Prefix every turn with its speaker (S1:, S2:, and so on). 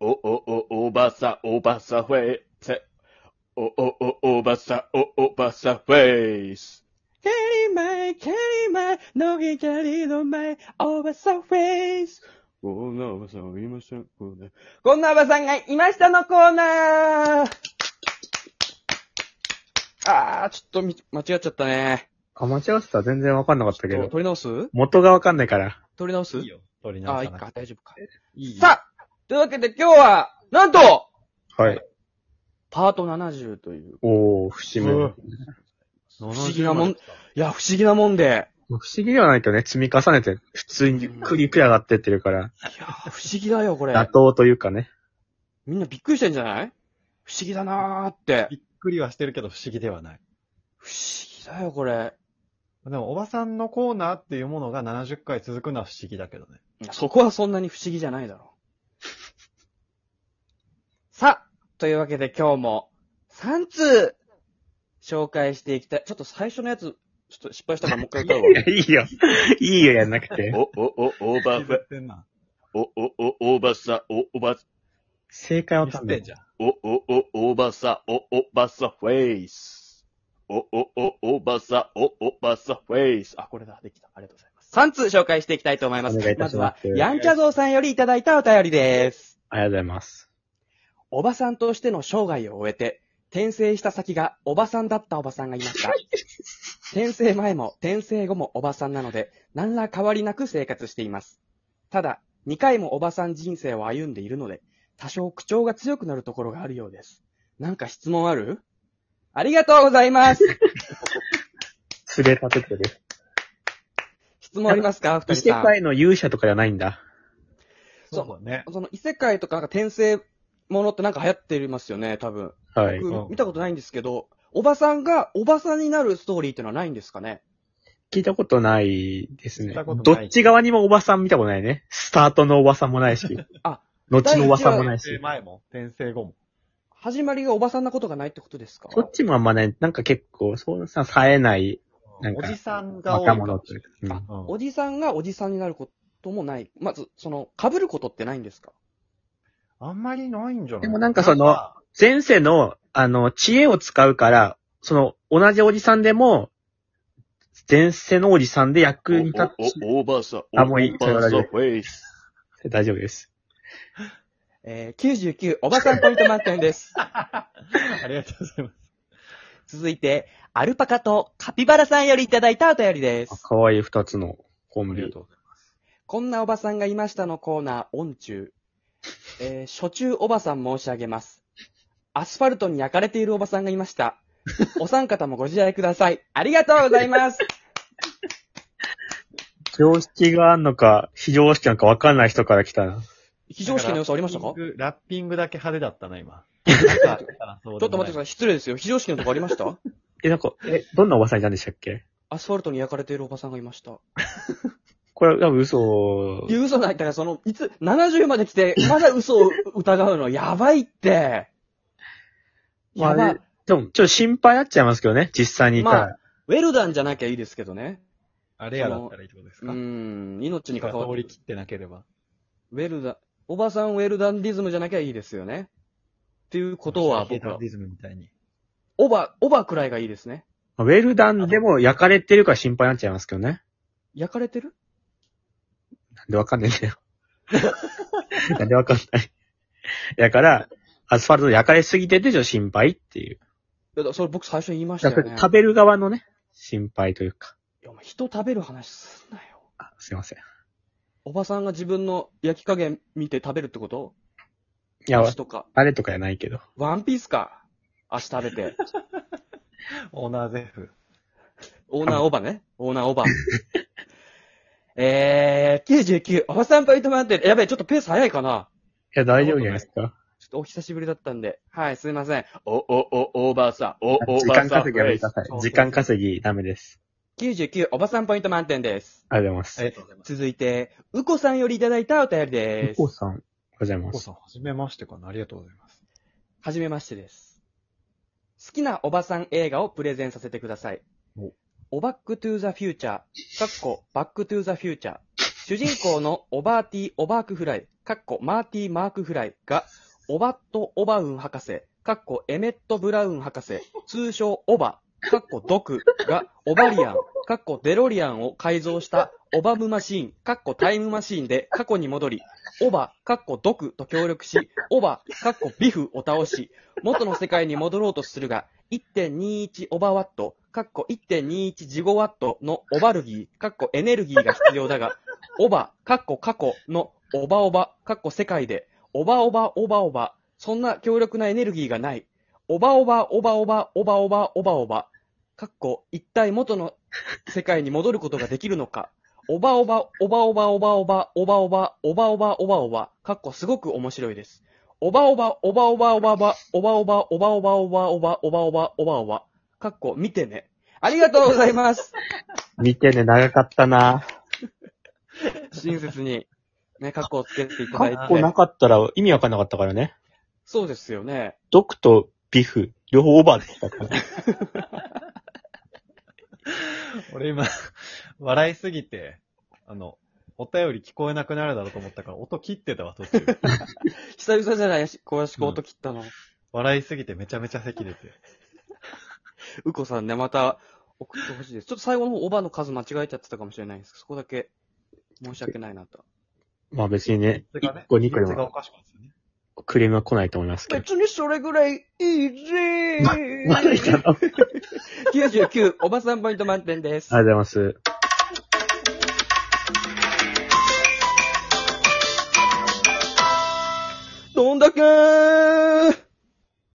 S1: おおおおばさおばさフェイスおおおおばさおおばさフェイスキャリマイキャリマイのぎキャリのマイおばさフェイスこんなおばさんいませんこんな
S2: こんなおばさんがいましたのコーナーあー、ちょっとみ間違っちゃったね。
S3: あ、間違ってた。全然わかんなかったけ
S2: 取
S3: ど。
S2: り直す
S3: 元がわかんないから。
S2: 取り直す
S4: いいよ。取り
S2: あー、
S4: 直
S2: い
S4: さ
S2: い
S4: な
S2: か、大丈夫か。
S4: いいよ。
S2: さあというわけで今日は、なんと
S3: はい。
S2: パート70という。
S3: おー、節目。
S1: うん
S4: 不
S2: 不思議なもん。いや、不思議なもんで。
S3: 不思議ではないけどね、積み重ねて、普通にゆっくりゆっくり上がってってるから、
S2: いやー、不思議だよ、これ
S3: 妥。当というかね。
S2: みんなびっくりしてんじゃない不思議だなーって。
S4: びっくりはしてるけど不思議ではない。
S2: 不思議だよ、これ。
S4: でも、おばさんのコーナーっていうものが70回続くのは不思議だけどね。
S2: いやそこはそんなに不思議じゃないだろ う。さあ、というわけで今日も3通紹介していきたい。ちょっと最初のやつ、ちょっと失敗したからもう一回歌うわ
S3: い。や、いいよ。いいよ、やんなくて。
S1: おおおおば
S4: 削
S1: フェ
S4: ってんな。
S1: おおおおばさおおば
S3: 正解わ
S4: ミ
S3: か
S4: ス
S3: ん
S4: っ
S3: な
S4: て
S3: い
S4: ん。じゃん。
S1: おおおおばさおおばさフェイスおおおおばさおおばさフェイスあこれだできたありがとうございます
S2: 3通紹介していきたいと思います。
S3: お願いいたします
S2: ずは、ヤンキャゾウさんよりいただいたお便りです。
S3: ありがとうございます。
S2: おばさんとしての生涯を終えて、転生した先がおばさんだったおばさんがいました。転生前も転生後もおばさんなので、何ら変わりなく生活しています。ただ、2回もおばさん人生を歩んでいるので、多少口調が強くなるところがあるようです。なんか質問あるありがとうございます。
S3: すれ立ててる。
S2: 質問ありますか二
S3: 異
S2: 人
S3: 世
S2: さん。
S3: 界の勇者とかじゃないんだ。
S2: そう
S4: そうだね。
S2: その異世界とかなんか転生ものってなんか流行ってますよね、多分。
S3: はい。
S2: 僕見たことないんですけど、おばさんがおばさんになるストーリーってのはないんですかね
S3: 聞いたことないです
S4: 聞
S3: ね
S4: いたこと。
S3: ど
S4: ない
S3: っち側にもおばさん見たことないね。スタートのおばさんもないし。
S2: あ、
S3: 後のおばさんもない
S4: 転生
S3: し。
S4: 前も、転生後も。
S2: 始まりがおばさんなことがないってことですか
S3: こっちもあんまない。なんか結構、そうさ、冴えないなん
S4: お
S3: か
S4: じさんが多い
S3: 若
S4: か
S3: 者
S4: も
S3: と
S4: し
S3: い
S4: れ
S3: う
S4: ない。
S3: か。
S2: あ
S3: うん
S4: うん
S2: おじさんがおじさんになることもない。まず、その、被ることってないんですか
S4: あんまりないんじゃない
S3: でもなんかその前世の、あの、知恵を使うから、その、同じおじさんでも、前世のおじさんで役に立っ
S1: おおばさ
S3: あもういい
S1: おばさフェイス
S3: て、大丈夫です。
S2: えー、99、おばさんポイント満点です。
S4: ありがとうございます。
S2: 続いて、アルパカとカピバラさんよりいただいたお便りで
S3: あ
S2: す。
S3: 可愛い二つのコ
S4: あ
S3: ン
S4: りが
S3: ビ
S4: と。うございま
S2: こんなおばさんがいましたのコーナー、音中。えー、初中おばさん申し上げます。アスファルトに焼かれているおばさんがいました。お三方もご自愛ください。ありがとうござい ます。
S3: 常識があんのか、非常識なのか分かんない人から来たな。
S4: す。
S2: 非常識の要素ありましたか
S4: ラッ
S2: ち
S4: ピングラッピングだけ派手だったな、 今。ょっ
S2: ょっと待ってください。失礼ですよ。非常識のとこありました
S3: え、なんか、え、どんなおばさんいたんでしたっけ
S2: アスファルトに焼かれているおばさんがいました。
S3: これ、多分嘘
S2: い。や、嘘ない。だからその、いつ、70まで来て、まだ嘘を疑うの、やばいって。
S3: ま
S2: やば
S3: あ
S2: い。、
S3: でも、ちょっと心配になっちゃいますけどね、実際にいたら。
S2: まあウェルダンじゃなきゃいいですけどね。
S4: あれやだったらいいってことです
S2: う
S4: か
S2: ん、命に関わ
S4: 通
S2: る
S4: り。切ってなければ。
S2: ウェルダン、おばさんウェルダンディズムじゃなきゃいいですよね。っていうことは、僕は
S4: デ、ィズムみたいに。
S2: オバ、オバくらいがいいですね。
S3: ウェルダンでも焼かれてるから心配になっちゃいますけどね。
S2: 焼かれてる
S3: なんでわかんないんだよ。なんでわかんない。だから、アスファルトで焼かれすぎてて、ちょっと心配っていう。
S2: いやだそれ僕最初に言いました
S3: だ
S2: よ
S3: か
S2: ね
S3: ら。食べる側のね、心配というか。
S2: いやお前人食べる話すんなよ。
S3: あすいません。
S2: おばさんが自分の焼き加減見て食べるってこと
S3: いや、
S2: とか。
S3: あれとかじゃないけど。
S2: ワンピースか。足食べ て。
S4: オーナーゼフ。
S2: オーナーオーバーね。オーナーオーバー。 えー、99、おばさんポイント満点。やべえ、ちょっとペース早いかない
S3: や、大丈夫じゃないですか。
S2: ちょっとお久しぶりだったんで。はい、すいません。
S1: おおおおばさおお
S3: 時
S1: ば
S3: 間
S1: さフ
S3: 稼ぎや
S1: ェイ
S3: めてく
S1: ス
S3: ださい
S2: そう。
S3: 時間稼ぎダメです。
S2: 99、おばさんポイント満点です。
S3: ありがとうござ
S4: あ
S3: い
S4: り
S3: ま
S4: がとうございます。
S2: 続いて、うこさんよりいただいたお便り
S3: す。
S2: で
S3: お父
S2: す。
S3: さん、おはようございま
S4: お子
S3: す。
S4: さん、はじめましてかな。ありがとうございます。
S2: はじめましてです。好きなおばさん映画をプレゼンさせてください
S4: お。
S2: おバックトゥーザフューチャー、かっこバックトゥーザフューチャー、主人公のオバーティー・オバークフライ、かっこマーティー・マーク・フライが、オバット・オバウン博士、かっこエメット・ブラウン博士、通称オバ、かっこドクが、オバリアン、かっこデロリアンを改造したオバムマシーン、かっこタイムマシーンで過去に戻り、オバ、かっこドクと協力し、オバ、かっこビフを倒し、元の世界に戻ろうとするが、1.21オーバーワット、かっこ1.21ジゴワットのオバルギー、かっこエネルギーが必要だが、 オバ、かっこ過去のオバオバ、かっこ世界で、オバオバオバオバ、そんな強力なエネルギーがない。オバオバオバオバオバオバオバオバ、かっこ一体元の世界に戻ることができるのか。オバオバオバオバオバオバオバオバオバオバオバオバ、かっこすごく面白いです。おばおば、おばおばおばおば、おばおば、おばおばおばおば、おばおば、おばおば。かっこ、見てね。ありがとうございます。
S3: 見てね、長かったな。
S2: 親切に、ね、かっこをつけていただ
S3: かっ
S2: い
S3: こ
S2: て。
S3: なかったら意味わかんなかったからね。
S2: そうですよね。
S3: ドクとビフ、両方オーバーでし たから。
S4: 俺今、 笑いすぎて、あの、お便り聞こえなくなるだろうと思ったから、音切ってたわ、途中。
S2: 久々じゃない、小林く音切ったの。
S4: 笑いすぎてめちゃめちゃ咳出て。
S2: うこさんね、また送ってほしいです。ちょっと最後の方、おばの数間違えちゃってたかもしれないです。そこだけ、申し訳ないなと。
S3: まあ別にね、
S4: それがね
S3: 1個2個で
S4: それがお
S3: も
S4: かしかったですよね。
S3: クレームは来ないと思います けど。
S2: 別にそれぐらいいいぜ
S3: 何言ったのありがとう
S2: 99、おばさんポイント満点です。
S3: ございます。
S2: どんだけー